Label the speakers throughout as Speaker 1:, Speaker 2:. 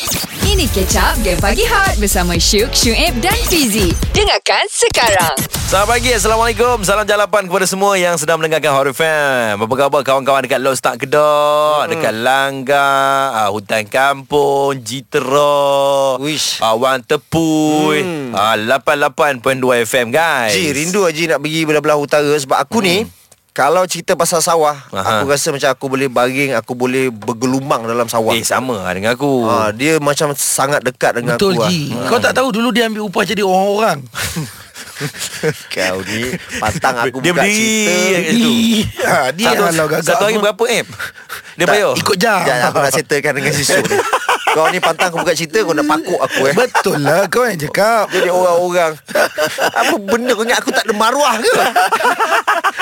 Speaker 1: Mari catch up Game Pagi Hot Bersama Syuk, Syuib dan Fizi Dengarkan sekarang
Speaker 2: Selamat pagi, Assalamualaikum Salam jalapan kepada semua yang sedang mendengarkan Hot FM Apa khabar kawan-kawan dekat Lostak Kedok hmm. Dekat Langgar uh, Hutan Kampung Jitera
Speaker 3: Uish.
Speaker 2: Awan Tepui hmm. uh, 88.2 FM guys
Speaker 3: Ji rindu Haji nak pergi belah-belah utara Sebab aku hmm. ni Kalau cerita pasal sawah
Speaker 2: Aha.
Speaker 3: Aku rasa macam aku boleh baring Aku boleh bergelumang dalam sawah
Speaker 2: Eh sama lah dengan aku
Speaker 3: ha, Dia macam sangat dekat dengan
Speaker 4: Betul
Speaker 3: aku ah. Ha,
Speaker 4: Ji
Speaker 5: Hmm.
Speaker 4: Kau tak tahu dulu dia ambil upah jadi orang-orang
Speaker 3: Kau ni Pantang aku
Speaker 2: Dia
Speaker 3: buka
Speaker 2: berdiri
Speaker 3: cerita
Speaker 2: kat situ.
Speaker 4: ha, Dia
Speaker 2: satu,
Speaker 4: kalau gagak
Speaker 2: satu hari
Speaker 4: apa.
Speaker 2: berapa app? Dia
Speaker 3: Tak,
Speaker 2: bayar?
Speaker 4: Ikut jam
Speaker 3: Sekejap Ya, aku nak settlekan dengan si Syuk ni Kau ni pantang aku buka cerita Kau nak pakuk aku eh
Speaker 4: Betul lah kau yang cakap
Speaker 3: Jadi orang-orang Apa benda kau ingat aku tak ada maruah ke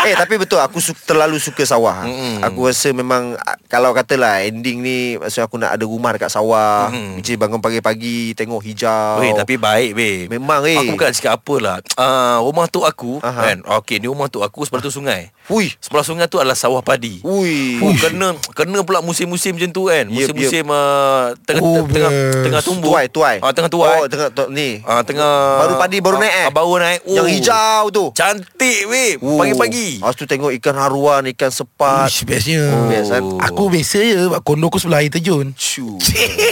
Speaker 3: Eh tapi betul Aku su- terlalu suka sawah mm-hmm. Aku rasa memang ah, Kalau katalah ending ni Maksudnya aku nak ada rumah dekat sawah mm-hmm. Macam bangun pagi-pagi Tengok hijau
Speaker 2: Weh, Oh. Eh, tapi baik weh.
Speaker 3: Oh. Memang, weh.
Speaker 2: Aku bukan cakap apa lah. Uh, rumah tu aku
Speaker 3: Aha.
Speaker 2: kan. Okey, ni rumah tu aku sebelah tu sungai.
Speaker 3: Ui
Speaker 2: Sebelah sungai tu adalah sawah padi.
Speaker 3: Ui
Speaker 2: Oh, kena kena pula musim-musim macam tu kan.
Speaker 3: Yep,
Speaker 2: Musim-musim uh, tengah,
Speaker 4: Oh,
Speaker 2: tengah
Speaker 4: best.
Speaker 2: tengah tumbuh.
Speaker 3: Tuai tuai
Speaker 2: Ah, tengah tuai.
Speaker 3: Oh tengah tu, ni
Speaker 2: Ah, tengah
Speaker 3: Baru padi baru
Speaker 2: ah,
Speaker 3: naik eh
Speaker 2: ah, baru naik. Oh.
Speaker 3: Yang hijau tu
Speaker 2: Cantik weh.
Speaker 3: Oh.
Speaker 2: Pagi-pagi.
Speaker 3: Lepas tu tengok ikan haruan Ikan sepat
Speaker 4: Uish, bestnya
Speaker 3: Oh, best kan?
Speaker 4: Ah, Aku biasa je Sebab kondo aku sebelah air terjun
Speaker 3: Cu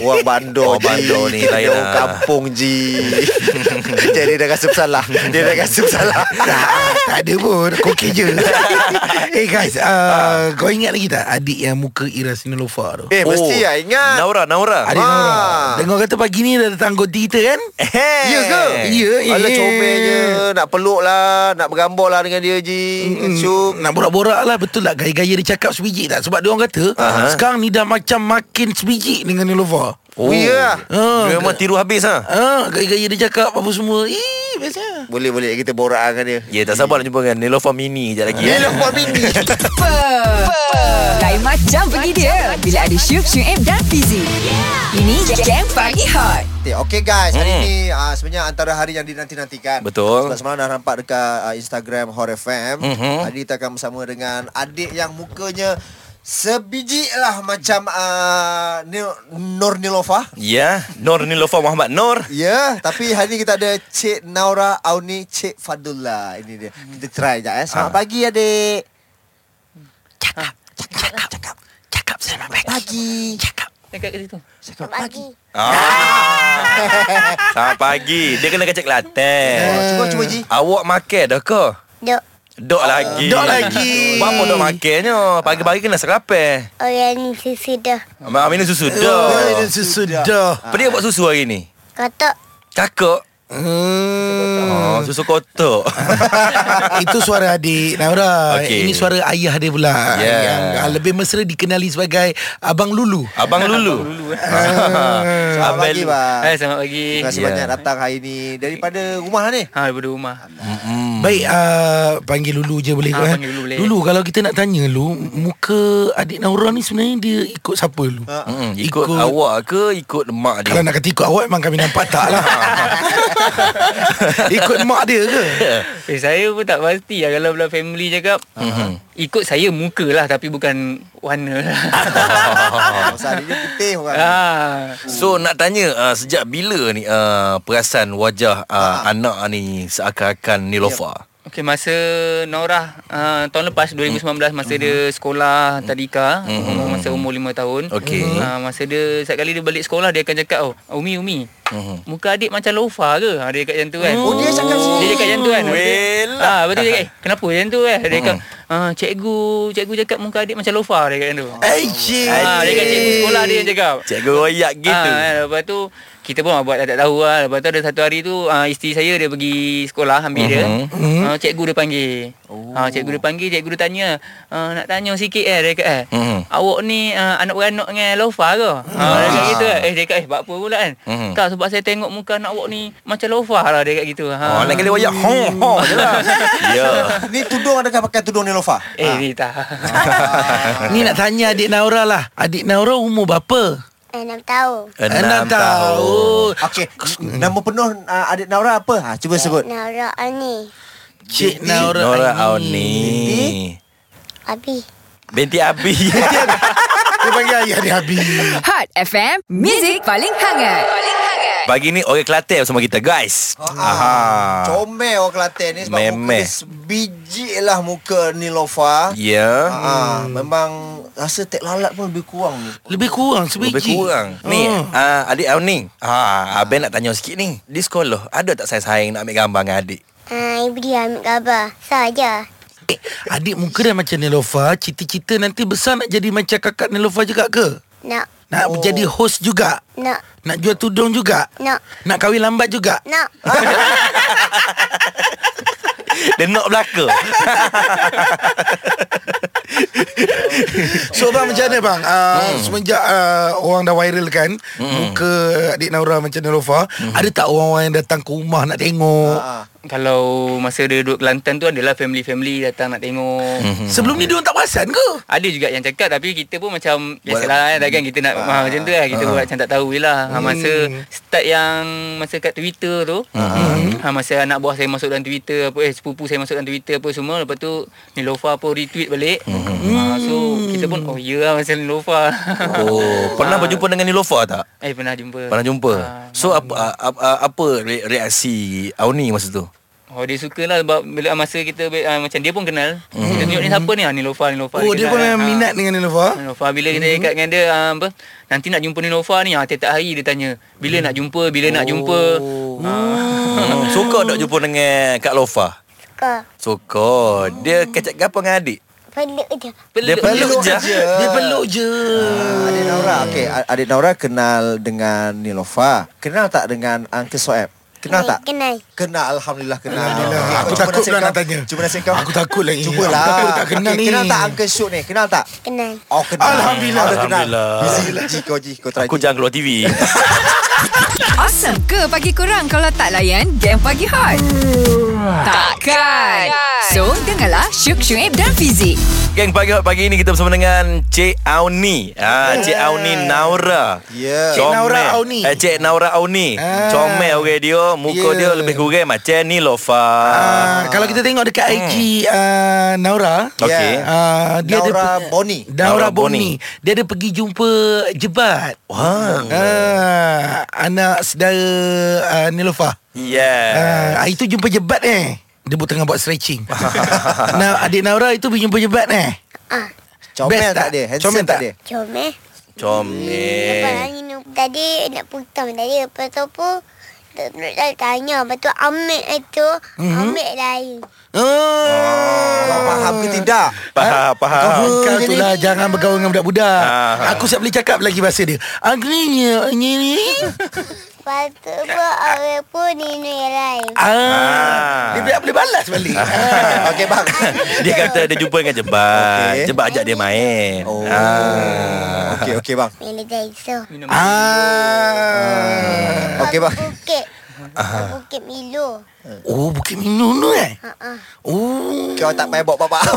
Speaker 3: Orang bandar
Speaker 2: Orang bandar ni lain
Speaker 3: Orang
Speaker 2: lah.
Speaker 3: kampung ji Macam dia dah rasa bersalah Dia dah rasa bersalah
Speaker 4: tak,
Speaker 5: Ah,
Speaker 4: tak ada pun Aku okey je Eh hey guys uh, Kau ingat lagi tak Adik yang muka Ira Sinulova tu
Speaker 3: Eh
Speaker 2: Oh.
Speaker 3: mesti lah ingat
Speaker 2: Naura, Naura.
Speaker 4: Adik
Speaker 3: ah.
Speaker 4: Nora Dengar kata pagi ni Dah datang anggota kita kan
Speaker 2: Eh.
Speaker 4: Ya ke? Ya eh.
Speaker 3: Alah comelnya Nak peluk lah Nak bergambar lah dengan dia ji
Speaker 5: Eh,
Speaker 3: Syuk
Speaker 4: Nak borak-borak lah Betul tak Gaya-gaya dia cakap sebiji tak Sebab dia orang kata
Speaker 2: Aha.
Speaker 4: Sekarang ni dah macam Makin sebiji dengan Nilova
Speaker 2: Oh.
Speaker 3: Ya.
Speaker 2: Dia Memang tiru habis ah.
Speaker 4: Ah, gaya-gaya dia cakap apa semua. Ih, biasa.
Speaker 3: Boleh-boleh kita borak dengan dia
Speaker 2: Ya, tak sabar nak jumpa dengan Nelofa Mini je lagi. eh.
Speaker 3: Dia lepas bini
Speaker 1: Pe Pe. Lain macam pergi dia Bila ada Syuk, Syuib dan Fizi Ini Game Pagi Hot
Speaker 5: Okay, Eh, okay guys, hari
Speaker 2: Hmm.
Speaker 5: ni uh, sebenarnya antara hari yang dinanti-nantikan.
Speaker 2: Betul.
Speaker 5: Sebab semalam dah nampak dekat uh, Instagram Hot FM.
Speaker 2: Mhm.
Speaker 5: Hari ni kita akan bersama dengan adik yang mukanya sebiji lah macam uh, Nil- Nur Nilofa.
Speaker 2: Ya, Nur Nilofa Muhammad Nur.
Speaker 5: Ya, yeah, tapi hari ni kita ada Cik Naura Auni, Cik Fadullah. Ini dia. Kita try sekejap eh.
Speaker 2: Ah.
Speaker 5: Selamat pagi adik.
Speaker 4: Cakap, cakap, cakap. Cakap selamat baik.
Speaker 5: Pagi.
Speaker 4: Cakap.
Speaker 2: Ah. Selamat pagi. Dia kena kecek
Speaker 3: Eh,
Speaker 2: latte.
Speaker 5: Cuba, cuba Ji.
Speaker 2: Awak makan dah ke?
Speaker 6: Duk
Speaker 2: Dok lagi.
Speaker 4: Dok lagi.
Speaker 2: Buat apa dok makannya? Pagi-pagi kena serapeh.
Speaker 6: orang ni sesudah
Speaker 2: Mak minum susu
Speaker 4: Oh,
Speaker 2: dok.
Speaker 4: sesudah.
Speaker 2: Apa dia buat susu hari ni?
Speaker 6: Kotak
Speaker 2: Kakak.
Speaker 4: Hmm.
Speaker 2: Oh, susu kotak.
Speaker 4: Itu suara adik Naura.
Speaker 2: Okey.
Speaker 4: Ini suara ayah dia pula.
Speaker 2: Yeah.
Speaker 4: Yang ah, lebih mesra dikenali sebagai Abang Lulu.
Speaker 2: Abang Lulu. eh.
Speaker 5: Selamat
Speaker 2: Abang
Speaker 5: pagi,
Speaker 2: Lulu.
Speaker 5: Bang.
Speaker 7: Hai, Eh, selamat pagi.
Speaker 5: Ah. Terima kasih
Speaker 2: Ya.
Speaker 5: banyak datang hari ni. Daripada rumah ni.
Speaker 7: Ha, daripada rumah.
Speaker 4: Baik, uh, panggil Lulu je boleh
Speaker 7: Ah,
Speaker 4: kan?
Speaker 7: panggil Lulu boleh.
Speaker 4: Lulu, kalau kita nak tanya Lu, muka adik Naura ni sebenarnya dia ikut siapa Lu?
Speaker 7: Ah.
Speaker 2: Mm-mm. Ikut, awak ke ikut mak
Speaker 4: Kalau
Speaker 2: dia?
Speaker 4: nak kata ikut awak memang kami nampak tak lah Ikut mak dia ke?
Speaker 7: Eh, saya pun tak pasti lah kalau belah family cakap.
Speaker 5: Ah.
Speaker 2: Mhm.
Speaker 7: Ikut saya muka lah tapi bukan warna lah.
Speaker 5: Oh, sehari ni putih orang.
Speaker 7: ah.
Speaker 2: So nak tanya uh, sejak bila ni uh, perasan wajah uh, anak ni seakan-akan Nilofa?
Speaker 7: Okey, masa Nora uh,
Speaker 5: Hmm.
Speaker 7: tahun lepas 2019 masa dia sekolah tadika umur masa
Speaker 5: Hmm.
Speaker 7: umur 5 tahun.
Speaker 2: Okey.
Speaker 7: Ah, masa dia setiap kali dia balik sekolah dia akan cakap oh, Umi Umi.
Speaker 2: Mhm.
Speaker 7: Muka adik macam lofa ke? Ha, dia cakap macam tu kan.
Speaker 5: Hmm. Oh, dia cakap macam
Speaker 7: Dia cakap macam tu kan.
Speaker 2: Well.
Speaker 7: Ah, ha, betul dia cakap, eh, kenapa macam tu eh? Dia cakap,
Speaker 5: Hmm.
Speaker 7: ah, cikgu, cikgu cakap muka adik macam lofa dia cakap macam tu.
Speaker 5: Eh,
Speaker 4: Encik
Speaker 7: Ah, dia kat cikgu sekolah dia yang cakap.
Speaker 2: Cikgu royak gitu.
Speaker 7: Ah, eh, lepas tu kita pun buat tak, tak tahu lah. Lepas tu ada satu hari tu ah, isteri saya dia pergi sekolah ambil dia.
Speaker 4: Mhm.
Speaker 7: Ah, cikgu dia panggil. Oh. Ah, cikgu dia panggil, cikgu dia tanya, ah, nak tanya sikit eh dia kata eh.
Speaker 2: Mhm.
Speaker 7: Awak ni ah, anak beranak dengan Lofa ke? Ah, dia kata gitu eh. Eh dia kata eh buat apa pula kan?
Speaker 2: Mhm.
Speaker 7: Tak sebab saya tengok muka anak awak ni macam Lofa lah dia kata gitu. Ha.
Speaker 2: Oh, lain kali royak ho ho je lah. Ya.
Speaker 5: Ni tudung adakah pakai tudung Ah. Nilofa?
Speaker 7: Eh ni tak.
Speaker 2: Ah.
Speaker 4: Ni nak tanya adik Naura lah Adik Naura umur berapa?
Speaker 6: Enam tahun
Speaker 2: Enam tahun.
Speaker 5: Okey, nama penuh uh, adik Naura apa? Ha, cuba sebut.
Speaker 6: Nara ani
Speaker 4: Cik Naura,
Speaker 2: Nora
Speaker 4: Aini.
Speaker 2: Auni.
Speaker 6: Abi
Speaker 2: Binti Abi.
Speaker 4: Dia panggil ayah dia Habib
Speaker 1: Hot FM Music paling hangat Paling hangat
Speaker 2: Pagi ni orang Kelantan bersama kita guys.
Speaker 5: Oh. Ah, comel orang Kelantan ni sebab muka
Speaker 2: Memeh.
Speaker 5: dia sebiji lah muka Nilofa.
Speaker 2: Ya. Yeah.
Speaker 5: Ah, memang rasa tek lalat pun lebih kurang ni.
Speaker 4: Lebih kurang sebiji.
Speaker 2: Lebih kurang Ni ah, Adik Aun ni ah, Abang nak tanya sikit ni Di sekolah Ada tak sayang-sayang Nak ambil gambar dengan adik
Speaker 6: Ha, ibu dia ambil gambar. Saja.
Speaker 4: Eh, adik muka dah macam Nelofa, cita-cita nanti besar nak jadi macam kakak Nelofa juga ke?
Speaker 6: Nak,
Speaker 4: Nak oh. jadi host juga?
Speaker 6: nak,
Speaker 4: Nak jual tudung juga?
Speaker 6: nak,
Speaker 4: Nak kahwin lambat juga?
Speaker 6: nak.
Speaker 2: Dia nak belaka
Speaker 4: So bang macam mana bang uh, hmm. Semenjak uh, orang dah viral kan hmm. Muka adik Naura macam Narofa hmm. Ada tak orang-orang yang datang ke rumah nak tengok
Speaker 5: Ah.
Speaker 7: Kalau masa dia duduk Kelantan tu adalah family-family datang nak tengok.
Speaker 2: Mhm.
Speaker 4: hmm. Sebelum ni diorang tak perasan ke?
Speaker 7: Ada juga yang cakap tapi kita pun macam biasalah kan kan kita nak
Speaker 2: Ah,
Speaker 7: ha, macam tu lah kita buat macam tak tahu je lah. Ha,
Speaker 4: Hmm.
Speaker 7: masa start yang masa kat Twitter tu.
Speaker 2: Ah,
Speaker 7: Ha, masa anak buah saya masuk dalam Twitter apa eh sepupu saya masuk dalam Twitter apa semua lepas tu Nilofa pun retweet balik.
Speaker 2: Hmm,
Speaker 7: Ha, so kita pun oh ya lah masa Nilofa.
Speaker 2: Oh Pernah
Speaker 7: Ah.
Speaker 2: berjumpa dengan Nilofa tak?
Speaker 7: eh pernah jumpa.
Speaker 2: Pernah jumpa
Speaker 7: Ah,
Speaker 2: So apa ah, apa, ah, apa re- reaksi Aun ni masa tu?
Speaker 7: Oh dia suka lah sebab bila masa kita uh, macam dia pun kenal.
Speaker 2: Hmm.
Speaker 7: Mm. Kita tunjuk ni siapa ni? Ah, Nilofa, Nilofa.
Speaker 4: Oh dia
Speaker 7: kenal
Speaker 4: pun
Speaker 7: lah.
Speaker 4: memang
Speaker 7: Ah.
Speaker 4: minat dengan Narofa
Speaker 7: Nova bila kita
Speaker 2: Mhm.
Speaker 7: dekat dengan dia ah, apa nanti nak jumpa ni Nova ni ah tiap-tiap hari dia tanya bila nak jumpa bila nak jumpa
Speaker 2: Oh.
Speaker 7: Ah,
Speaker 2: Hmm. Suka tak jumpa dengan Kak Lofa?
Speaker 6: Suka.
Speaker 2: Suka Dia
Speaker 4: Oh.
Speaker 2: kecek apa dengan adik?
Speaker 6: Peluk je.
Speaker 2: Dia peluk je
Speaker 4: Dia peluk je
Speaker 5: Adik Naura, okey, a- adik Naura kenal dengan Nilofa. Kenal tak dengan Uncle Soeb? Kenal tak?
Speaker 6: Kenal.
Speaker 5: Kenal Alhamdulillah kenal
Speaker 4: Alhamdulillah.
Speaker 5: Okey,
Speaker 4: Ah, Aku
Speaker 5: cuba
Speaker 4: takut
Speaker 5: nasib
Speaker 4: pula
Speaker 5: kau.
Speaker 4: nak tanya.
Speaker 5: Cuba nasib kau
Speaker 4: Aku takut lagi.
Speaker 5: Cubalah
Speaker 4: Aku takut tak kenal
Speaker 5: Okey,
Speaker 4: ni.
Speaker 5: Kenal tak Uncle Syuk ni? Kenal tak?
Speaker 6: Kenal.
Speaker 5: Oh kenal
Speaker 4: Alhamdulillah.
Speaker 5: Aku kenal
Speaker 2: Alhamdulillah.
Speaker 5: Busy lah Ji kau Ji Kau try
Speaker 2: Aku
Speaker 5: Ji.
Speaker 2: jangan keluar TV
Speaker 1: Awesome ke pagi kurang kalau tak layan game pagi hot? Takkan. So, dengarlah Syuk Syuib dan Fizik.
Speaker 2: Geng pagi hot pagi ni kita bersama dengan Cik Auni. Ha, Cik Auni Naura.
Speaker 5: Ya.
Speaker 4: Cik
Speaker 2: Comel.
Speaker 4: Naura Auni.
Speaker 2: Eh, Cik Naura Auni.
Speaker 4: Ah.
Speaker 2: Comel orang dia, muka
Speaker 4: Ya.
Speaker 2: dia lebih kurang macam ni lofa.
Speaker 5: Ah.
Speaker 4: Uh, kalau kita tengok dekat IG uh, Naura
Speaker 5: Ya.
Speaker 2: Okey.
Speaker 4: uh, dia
Speaker 5: Hmm. Naura
Speaker 4: ada, pe-
Speaker 5: Boni.
Speaker 2: Naura
Speaker 4: Naura Boni. Dia ada pergi jumpa Jebat
Speaker 2: Wah.
Speaker 4: Ah, anak saudara uh, Nilofa.
Speaker 2: Yeah.
Speaker 4: Ah, hari tu jumpa jebat eh. Dia pun tengah buat stretching. nah, adik Naura itu pergi jumpa jebat eh.
Speaker 6: Ah,
Speaker 5: Comel
Speaker 4: Best
Speaker 5: tak
Speaker 4: tak?
Speaker 5: dia?
Speaker 4: Comel
Speaker 5: Handsome
Speaker 4: tak?
Speaker 5: tak dia?
Speaker 6: comel.
Speaker 5: Eh.
Speaker 6: eh. Lepas
Speaker 2: Comel.
Speaker 6: hari ni, tadi nak putam tadi. Lepas tu pun, tak nak dah tanya. Lepas tu ambil itu,
Speaker 5: Mhm.
Speaker 6: ambil lain.
Speaker 4: Oh.
Speaker 5: Kau faham ke tidak?
Speaker 2: Faham, faham.
Speaker 4: Kau
Speaker 5: jadi-
Speaker 4: tu lah Jangan bergaul dengan budak-budak
Speaker 2: Ah.
Speaker 4: Aku siap boleh cakap lagi bahasa dia Agninya Ini ni
Speaker 6: Lepas tu pun, orang pun nino yang lain.
Speaker 4: ah. Dia biar boleh balas balik ah.
Speaker 5: Okey bang
Speaker 2: Dia kata dia jumpa dengan jebat.
Speaker 5: Okey.
Speaker 2: Jebat ajak dia main.
Speaker 5: Oh.
Speaker 2: Ah.
Speaker 5: Okey okey bang
Speaker 6: Mila Daiso.
Speaker 7: minum
Speaker 4: ah.
Speaker 5: Okey bang
Speaker 6: Bukit. Bukit Milo.
Speaker 4: Oh Bukit Minu tu eh
Speaker 6: Ha-ha.
Speaker 4: Oh
Speaker 5: Kau tak payah bawa faham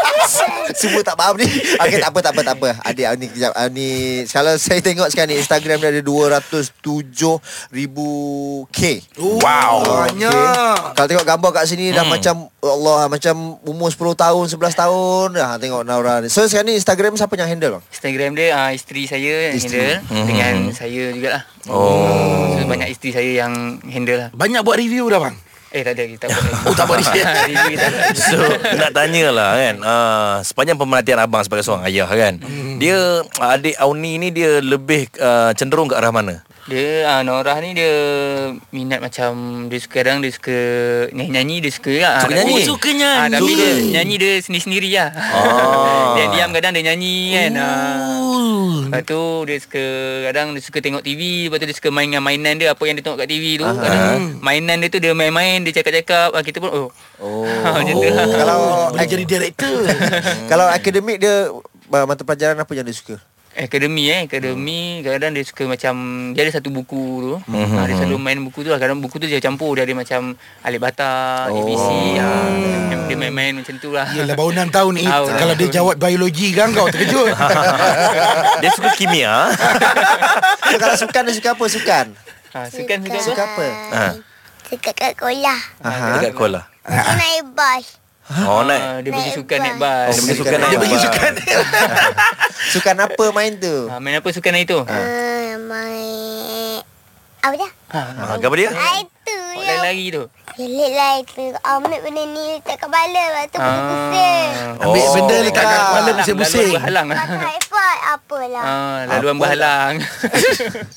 Speaker 5: Semua tak faham ni Okey tak apa tak apa tak apa Adik ni kejap ah, ni Kalau saya tengok sekarang ni Instagram dia ada 207 ribu K
Speaker 2: Wow.
Speaker 4: Banyak
Speaker 5: Okey. Kalau tengok gambar kat sini Dah macam ya Allah Macam umur 10 tahun 11 tahun ah, Tengok Naura ni So sekarang ni Instagram siapa yang handle bang?
Speaker 7: Instagram dia ah isteri saya yang handle
Speaker 5: Isteri.
Speaker 7: dengan saya jugalah.
Speaker 2: Hmm. Oh.
Speaker 7: So, banyak isteri saya yang handle lah.
Speaker 4: Banyak buat review dah bang
Speaker 7: Eh tak ada kita buat.
Speaker 4: Oh, tak buat review.
Speaker 7: Review tak ada.
Speaker 2: So nak tanyalah kan uh, Sepanjang pemerhatian abang sebagai seorang ayah kan Dia adik Auni ni dia lebih uh, cenderung ke arah mana?
Speaker 7: Dia ah, Norah ni dia minat macam dia suka kadang dia suka nyanyi-nyanyi dia suka lah.
Speaker 2: Suka
Speaker 7: Ah,
Speaker 2: nyanyi?
Speaker 7: tapi-
Speaker 2: Oh,
Speaker 4: suka nyanyi.
Speaker 7: Ah, tapi dia nyanyi dia sendiri-sendiri lah.
Speaker 2: Ah.
Speaker 7: dia diam kadang dia nyanyi kan. Ah.
Speaker 4: Oh
Speaker 7: Lepas tu dia suka kadang dia suka tengok TV, lepas tu dia suka main dengan mainan dia apa yang dia tengok kat TV tu. Kadang mainan dia tu dia main-main, dia cakap-cakap, ah, kita pun oh.
Speaker 5: Oh
Speaker 7: Macam tu lah.
Speaker 5: Kalau-
Speaker 4: Boleh jadi director
Speaker 5: Kalau akademik dia ah, Mata pelajaran apa yang dia suka?
Speaker 7: Akademi eh Akademi Kadang dia suka macam Dia ada satu buku tu mm-hmm. Dia selalu main buku tu lah Kadang buku tu dia campur Dia ada macam Alik Bata oh. ABC ah. Dia, dia main-main macam tu lah
Speaker 4: Yelah baru 6 tahun ni
Speaker 7: Tahu.
Speaker 4: Kalau dia jawab biologi kan kau terkejut
Speaker 2: Dia suka kimia
Speaker 5: So, kalau sukan dia suka apa? Sukan?
Speaker 7: ha, Sukan sukan apa?
Speaker 5: Suka apa?
Speaker 2: Ha.
Speaker 6: Suka kat sekolah.
Speaker 4: Ah, Ha.
Speaker 5: Aha.
Speaker 2: Dekat sekolah
Speaker 6: Dia naik bas.
Speaker 2: Oh
Speaker 7: Ah,
Speaker 2: naik
Speaker 7: Dia pergi
Speaker 6: Naik
Speaker 7: sukan
Speaker 6: bas.
Speaker 7: naik bas
Speaker 2: Oh, pergi sukan naik
Speaker 4: Dia pergi
Speaker 2: bas.
Speaker 4: sukan
Speaker 5: Sukan apa main tu?
Speaker 7: ha, Main apa sukan hari tu?
Speaker 6: Ah, main Apa dah?
Speaker 2: Ha, gambar dia?
Speaker 6: Ah, itu
Speaker 7: Awak
Speaker 6: je.
Speaker 7: lari-lari tu.
Speaker 6: Pelik lah itu. Ambil benda ni letak kepala. Lepas tu
Speaker 7: Ah.
Speaker 6: pusing-pusing.
Speaker 4: Ambil
Speaker 2: Oh.
Speaker 4: benda lekat kat kepala
Speaker 7: Halang,
Speaker 4: pusing-pusing.
Speaker 7: Laluan Ah. berhalang.
Speaker 6: Pakai airpod. Apalah.
Speaker 7: Ah, laluan berhalang.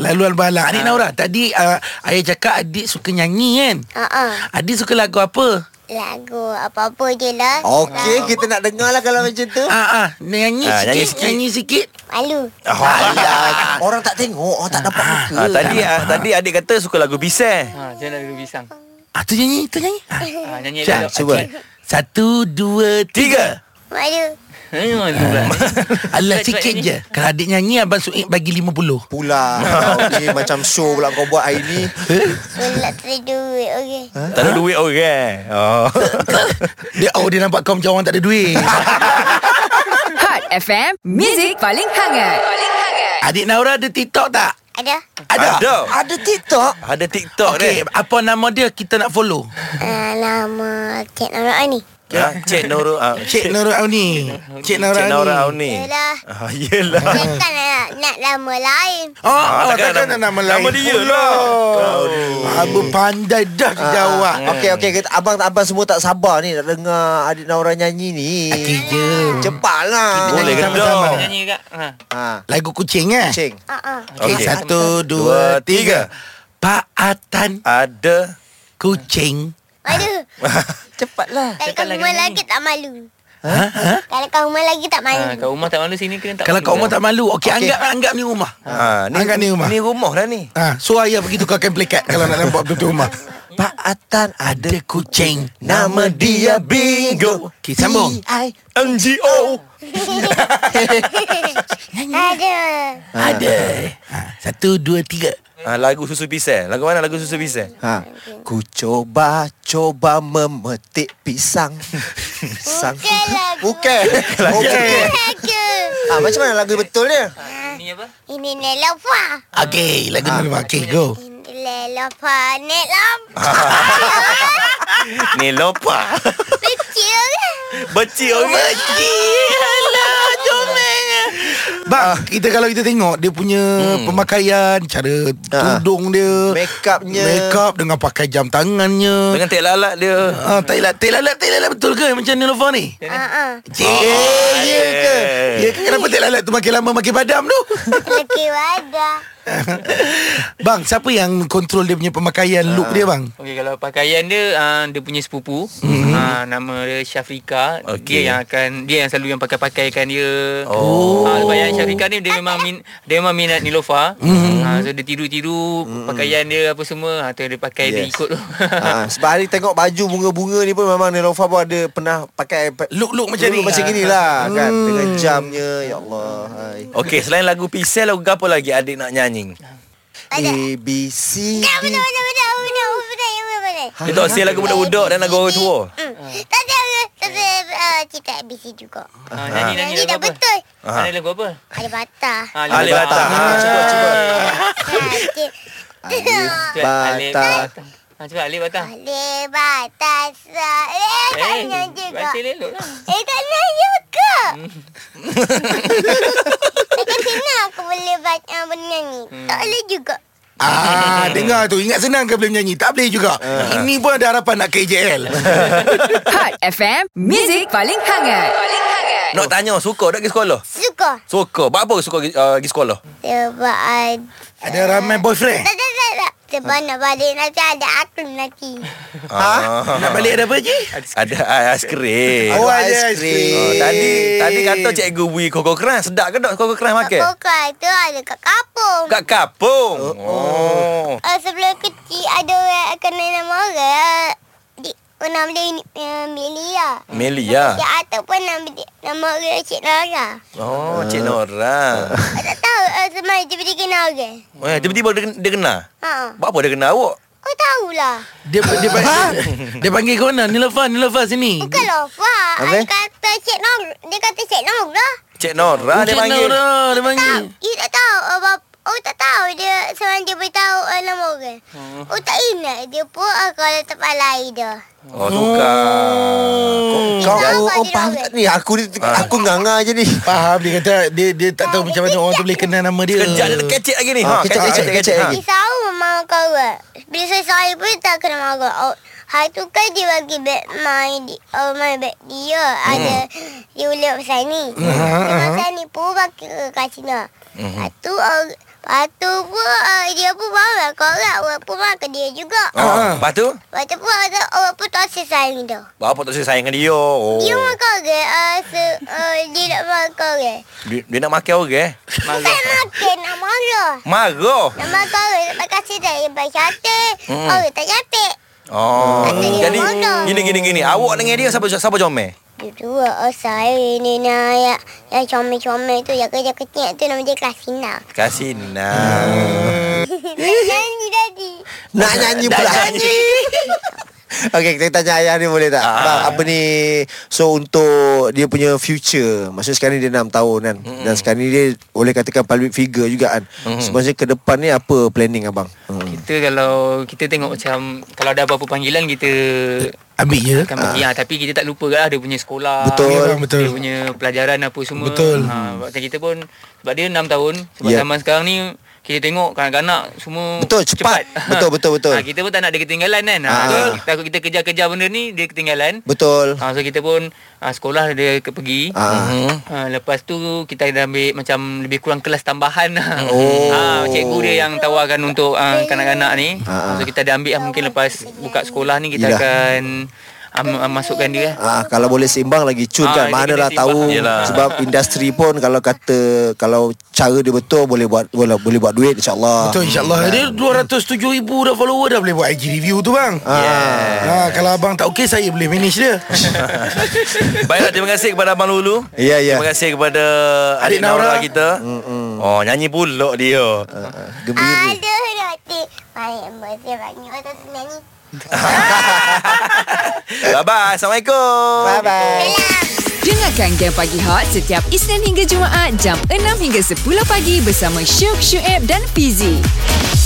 Speaker 4: Laluan balang. Adik Naura, tadi uh, ayah cakap adik suka nyanyi kan?
Speaker 6: Ha ah.
Speaker 4: Adik suka lagu apa?
Speaker 6: Lagu apa-apa je lah.
Speaker 5: Okey, kita nak dengar lah kalau macam tu.
Speaker 4: Ah ah, nyanyi
Speaker 2: Ah,
Speaker 4: sikit,
Speaker 2: nyanyi
Speaker 4: nyanyi
Speaker 2: sikit.
Speaker 4: sikit. Nyanyi sikit.
Speaker 6: Malu.
Speaker 5: Alah, orang tak tengok, orang tak dapat muka.
Speaker 2: Ha, tadi ah, tadi adik kata suka lagu Biseh.
Speaker 7: Ha, jangan lalu pisang.
Speaker 4: Ah, tu nyanyi, tu nyanyi. Ah.
Speaker 7: Ha, nyanyi
Speaker 4: Syah,
Speaker 7: elok.
Speaker 4: cuba. Satu, dua, tiga.
Speaker 6: Malu.
Speaker 7: Ayuh, tu
Speaker 4: Ah.
Speaker 7: lah.
Speaker 4: Alah,
Speaker 7: Cuba, cuba
Speaker 4: sikit
Speaker 7: nyanyi.
Speaker 4: je. Kalau adik nyanyi, Abang Suib bagi lima puluh.
Speaker 5: Pula okay, Macam show pula kau buat hari ni
Speaker 6: Solat tak ada duit. Okey.
Speaker 2: Tak ada duit orang. Oh.
Speaker 4: Dia, oh, dia nampak kau macam orang tak ada duit.
Speaker 1: Hot FM, Music paling hangat. Paling hangat.
Speaker 4: adik Naura ada TikTok tak?
Speaker 6: Ada.
Speaker 4: Ada.
Speaker 2: Ada.
Speaker 5: Ada TikTok
Speaker 2: Ada TikTok
Speaker 4: Okey,
Speaker 2: ni.
Speaker 4: apa nama dia kita nak follow?
Speaker 6: Ah, nama Cik Nora ni.
Speaker 2: Ha, Cik Nurul. ah,
Speaker 4: Cik Naura Auni. Cik Naura
Speaker 2: Cik
Speaker 4: Auni.
Speaker 2: Nora Auni.
Speaker 6: Yelah.
Speaker 2: Ah, yelah.
Speaker 6: Takkan nak, nak nama lain.
Speaker 4: Oh,
Speaker 2: Ah,
Speaker 4: oh
Speaker 2: takkan
Speaker 4: takkan
Speaker 2: nama-
Speaker 4: nama, nama lain.
Speaker 2: nama dia lah.
Speaker 4: Oh. Abang pandai dah jawab.
Speaker 5: Ah, Okey okey kita- abang abang semua tak sabar ni nak dengar adik Naura nyanyi ni.
Speaker 4: Okey je.
Speaker 5: Cepatlah.
Speaker 2: Boleh ke
Speaker 4: Sama-sama.
Speaker 2: tak?
Speaker 7: Nyanyi kak. Ha.
Speaker 5: Ha.
Speaker 4: Lagu kucing eh?
Speaker 5: Cing.
Speaker 6: Ah, ah.
Speaker 4: Okey,
Speaker 2: Okey.
Speaker 4: satu, dua, tiga. Pak Atan
Speaker 2: Ada
Speaker 4: kucing.
Speaker 6: Malu.
Speaker 7: Cepatlah.
Speaker 6: Kalau kau rumah lagi tak malu.
Speaker 4: Ha? Ha?
Speaker 6: Kalau kau rumah lagi tak
Speaker 7: Ha,
Speaker 6: malu.
Speaker 7: kat rumah tak malu sini kena tak
Speaker 4: Kalau
Speaker 7: malu
Speaker 4: kau
Speaker 7: lah.
Speaker 4: rumah tak malu. Okey, anggap anggap ni rumah.
Speaker 2: Ha, ni,
Speaker 4: Angkat ni rumah.
Speaker 2: Ni rumah dah ni.
Speaker 4: Ha, so ayah begitu kau akan plekat kalau nak nampak betul rumah.
Speaker 5: Pak Atan ada
Speaker 4: Ada kucing.
Speaker 5: nama dia Bingo.
Speaker 4: Okey, sambung.
Speaker 5: B.I..
Speaker 2: NGO.
Speaker 6: Ada.
Speaker 4: Ada. Ha, satu, dua, tiga.
Speaker 2: Ha, lagu Susu Pisang. Lagu mana lagu Susu Pisang?
Speaker 5: Ha. Ku coba coba memetik pisang. Pisang.
Speaker 6: Bukan lagu.
Speaker 5: Bukan. Okey.
Speaker 6: Lagu.
Speaker 5: Ha, macam mana lagu betul dia?
Speaker 7: Ni apa?
Speaker 6: Ini nelopa.
Speaker 4: Okey, lagu
Speaker 5: Ah.
Speaker 4: ha. nama. Okey, go.
Speaker 6: Ini nelopa. Nelopa.
Speaker 2: Ni lopa.
Speaker 6: Kecil kan?
Speaker 2: Becik orang.
Speaker 4: Bang, kita kalau kita tengok dia punya hmm. pemakaian, cara tudung dia,
Speaker 5: Make up-nya.
Speaker 4: make up dengan pakai jam tangannya.
Speaker 2: Dengan tek lalat dia.
Speaker 4: Ah, tak lalat, tak lalat, tak lalat betul ke macam Nilofa ni?
Speaker 6: Ah, ah.
Speaker 4: Cik, eh, ya ke?
Speaker 2: oh, Eh.
Speaker 4: Ya ke? Kenapa tak lalat tu makin lama makin padam tu?
Speaker 6: Lelaki wadah.
Speaker 4: bang, siapa yang kontrol dia punya pemakaian look dia bang?
Speaker 7: Okey kalau pakaian dia uh, dia punya sepupu mm-hmm. uh, nama dia
Speaker 2: Okey.
Speaker 7: Syafrika okay. dia yang akan dia yang selalu yang pakai pakaikan dia
Speaker 2: Oh.
Speaker 7: uh, lepas yang Syafrika ni dia memang min, dia memang minat Nilofa mm-hmm. uh, so dia tiru-tiru mm-hmm. pakaian dia apa semua uh, tu dia pakai yes. dia
Speaker 5: Yes.
Speaker 7: ikut tu
Speaker 5: Ha, sebab hari tengok baju bunga-bunga ni pun memang Nerofa pun ada pernah pakai pa-
Speaker 4: Look-look macam
Speaker 5: dulu
Speaker 4: ni.
Speaker 5: Macam gini lah kan dengan jamnya ya Allah. Hai.
Speaker 2: Okey, selain lagu Pisang, lagu apa lagi adik nak nyanyi?
Speaker 5: A B C D.
Speaker 6: Tak betul betul betul. Betul betul betul betul.
Speaker 2: Dia tak siap lagu Ha, budak-budak dan lagu orang tua.
Speaker 6: Hmm. Tak ada tak ada ah, cerita ABC juga.
Speaker 7: uh, nyanyi nyanyi
Speaker 6: Nyanyi dah
Speaker 7: lagu apa
Speaker 6: betul.
Speaker 7: ada lagu apa
Speaker 6: Ada patah.
Speaker 7: Ah,
Speaker 2: Alif Batah.
Speaker 5: Ha, cuba cuba.
Speaker 6: Sakit.
Speaker 7: Cuba, Alif
Speaker 5: Batah.
Speaker 7: Batah. Ah, cuba Alif Batah
Speaker 6: Boleh batas Eh tak
Speaker 7: Eh,
Speaker 6: nak juga
Speaker 7: baca elok lah
Speaker 6: Eh tak nak juga Takkan senang aku boleh baca benda ni Tak boleh juga
Speaker 4: Ah, dengar tu. Ingat senang ke belum nyanyi? Tak boleh juga.
Speaker 2: Eh.
Speaker 4: Ini pun ada harapan nak ke AJL.
Speaker 1: Hot FM, Music paling hangat. Paling hangat.
Speaker 2: Nak tanya, suka tak pergi sekolah?
Speaker 6: Suka
Speaker 2: Suka. Buat apa suka uh, pergi sekolah?
Speaker 6: Sebab ada
Speaker 4: ada ramai boyfriend.
Speaker 6: Tak tak tak tak Sebab nak balik nanti ada aku nanti
Speaker 2: Ha?
Speaker 4: Nak balik ada apa je?
Speaker 2: Ada uh, aiskrim. Oh,
Speaker 5: Oh, ada
Speaker 4: aiskrim.
Speaker 5: aiskrim.
Speaker 2: tadi tadi kata cikgu bui koko keran. Sedap ke tak koko keran
Speaker 6: okay.
Speaker 2: makan?
Speaker 6: Kokok tu ada kat kapung
Speaker 2: Kat kapung. Oh.
Speaker 6: uh, Sebelum kecil ada orang kena nama orang Di, Nama dia ini uh, Melia
Speaker 2: Melia.
Speaker 6: Dia ataupun nama, dia, nama orang Cik Nora
Speaker 2: Oh, Cik Nora.
Speaker 6: Aku tak tahu uh, semalam tiba-tiba kena orang.
Speaker 2: Oh, ya, tiba-tiba dia, dia kenal.
Speaker 6: Ha.
Speaker 2: Buat apa dia kenal awak?
Speaker 6: Kau tahulah.
Speaker 4: Dia dia, dia, dia panggil kau nak Nilofa, Nilofa sini.
Speaker 6: Bukan lofa.
Speaker 5: Apa?
Speaker 6: Dia kata Cik Nor. Dia kata Cik Nor lah.
Speaker 2: Cik Nora Ah, dia
Speaker 4: Cik
Speaker 2: panggil.
Speaker 4: Nora, dia
Speaker 6: Tak,
Speaker 4: panggil.
Speaker 6: you tak tahu. Uh, bap- oh tak tahu dia Sebab dia beritahu orang orang Oh tak ingat Dia pun ah, kalau tempat lain dah
Speaker 2: Oh tukar
Speaker 4: Hmm.
Speaker 5: Kau kau, kau
Speaker 6: Kenapa dia
Speaker 5: oh, faham
Speaker 6: tak
Speaker 5: tak ni Aku ni Aku nganga je ni
Speaker 4: Faham dia kata dia dia tak tahu macam mana orang tu boleh kenal nama dia.
Speaker 2: Kejap dia kecek lagi ni
Speaker 5: Ah, kecek,
Speaker 2: kecek,
Speaker 5: kecek, kecek
Speaker 2: ha.
Speaker 5: lagi.
Speaker 6: Risau memang kau buat Bila saya saya pun tak kena marah oh, Hari tu kan dia bagi beg main di, oh, main beg dia
Speaker 2: Hmm.
Speaker 6: Ada Dia ulit pasal ni
Speaker 2: Ah,
Speaker 6: Lepas pasal ni pun pakai ke kat Cina
Speaker 2: Hmm.
Speaker 6: Lepas tu oh, Lepas tu pun oh, Dia pun bawa kau orang Orang pun makan dia juga
Speaker 2: Ah, Lepas tu
Speaker 6: Lepas tu pun orang, orang pun tak selesai ni dah
Speaker 2: Bapa tak saya sayang dengan dia oh.
Speaker 6: Dia makan orang uh, se, uh, Dia nak makan orang
Speaker 2: dia, dia nak makan orang eh
Speaker 6: Bukan makan nak marah
Speaker 2: Marah
Speaker 6: Nak makan orang Nak makan sedap Yang baik kata
Speaker 2: Mm.
Speaker 6: Orang tak capek
Speaker 2: Oh.
Speaker 6: Kata dia
Speaker 2: Jadi
Speaker 6: marah.
Speaker 2: gini gini gini. Awak dengan dia siapa siapa comel?
Speaker 6: Dua oh saya ni nak yang, yang comel-comel tu yang kerja kecil tu nama dia Klasina.
Speaker 2: Kasina.
Speaker 6: Nyanyi tadi.
Speaker 5: Nak nyanyi pula Okay kita tanya ayah ni boleh tak Bang, Apa ni So untuk Dia punya future Maksudnya sekarang ni dia 6 tahun kan Dan sekarang ni dia Boleh katakan public figure juga kan So maksudnya ke depan ni Apa planning abang hmm.
Speaker 7: Kita kalau kita tengok macam kalau ada apa-apa panggilan kita
Speaker 4: Ambil je.
Speaker 7: akan pergi ha, tapi kita tak lupa lah dia punya
Speaker 5: Ah.
Speaker 7: sekolah.
Speaker 5: Betul.
Speaker 4: Ya, bang, betul.
Speaker 7: Dia punya pelajaran apa semua.
Speaker 4: Betul.
Speaker 7: Ha, sebab kita pun sebab dia 6 tahun sebab
Speaker 5: Ya.
Speaker 7: yeah. zaman sekarang ni kita tengok kanak-kanak semua
Speaker 5: Betul, cepat. Betul, betul, betul.
Speaker 7: Ha, kita pun tak nak dia ketinggalan kan. Ha,
Speaker 5: Ah.
Speaker 7: betul. Takut kita kejar-kejar benda ni dia ketinggalan.
Speaker 5: Betul
Speaker 7: Ha, so kita pun ha, sekolah dia ke pergi.
Speaker 5: Ah.
Speaker 2: Hmm.
Speaker 7: Ha, lepas tu kita dah ambil macam lebih kurang kelas tambahan lah.
Speaker 5: Oh.
Speaker 7: Ha, cikgu dia yang tawarkan untuk ha, kanak-kanak ni.
Speaker 5: Ah, ah.
Speaker 7: Ha, so kita dah ambil lah mungkin lepas buka sekolah ni kita
Speaker 5: Yelah.
Speaker 7: Yalah. akan um, um, masukkan dia.
Speaker 5: Ah, kalau boleh seimbang lagi cun
Speaker 7: Ah,
Speaker 5: kan
Speaker 7: dia
Speaker 5: manalah
Speaker 7: kena
Speaker 5: tahu
Speaker 7: seimbang.
Speaker 2: Yelah.
Speaker 5: sebab industri pun kalau kata kalau cara dia betul boleh buat boleh, boleh buat duit insyaallah.
Speaker 4: Ah. Betul insyaAllah Dia 207 ribu dah follower Dah boleh buat IG review tu bang
Speaker 2: Ah.
Speaker 4: ha, Kalau abang tak okey Saya boleh manage dia
Speaker 2: Baiklah terima kasih kepada Abang Lulu.
Speaker 5: Ya, ya.
Speaker 2: Terima kasih kepada adik,
Speaker 4: Adik
Speaker 2: Naura
Speaker 4: Naura.
Speaker 2: kita. Mm-mm. Oh nyanyi pula dia.
Speaker 5: Ah, Gembira.
Speaker 6: Ada roti. Baik, bersih banyak orang tu nyanyi.
Speaker 2: bye bye. Assalamualaikum.
Speaker 5: Bye bye.
Speaker 1: Dengarkan Game Pagi Hot setiap Isnin hingga Jumaat jam 6 hingga 10 pagi bersama Syuk, Syuib dan Fizi.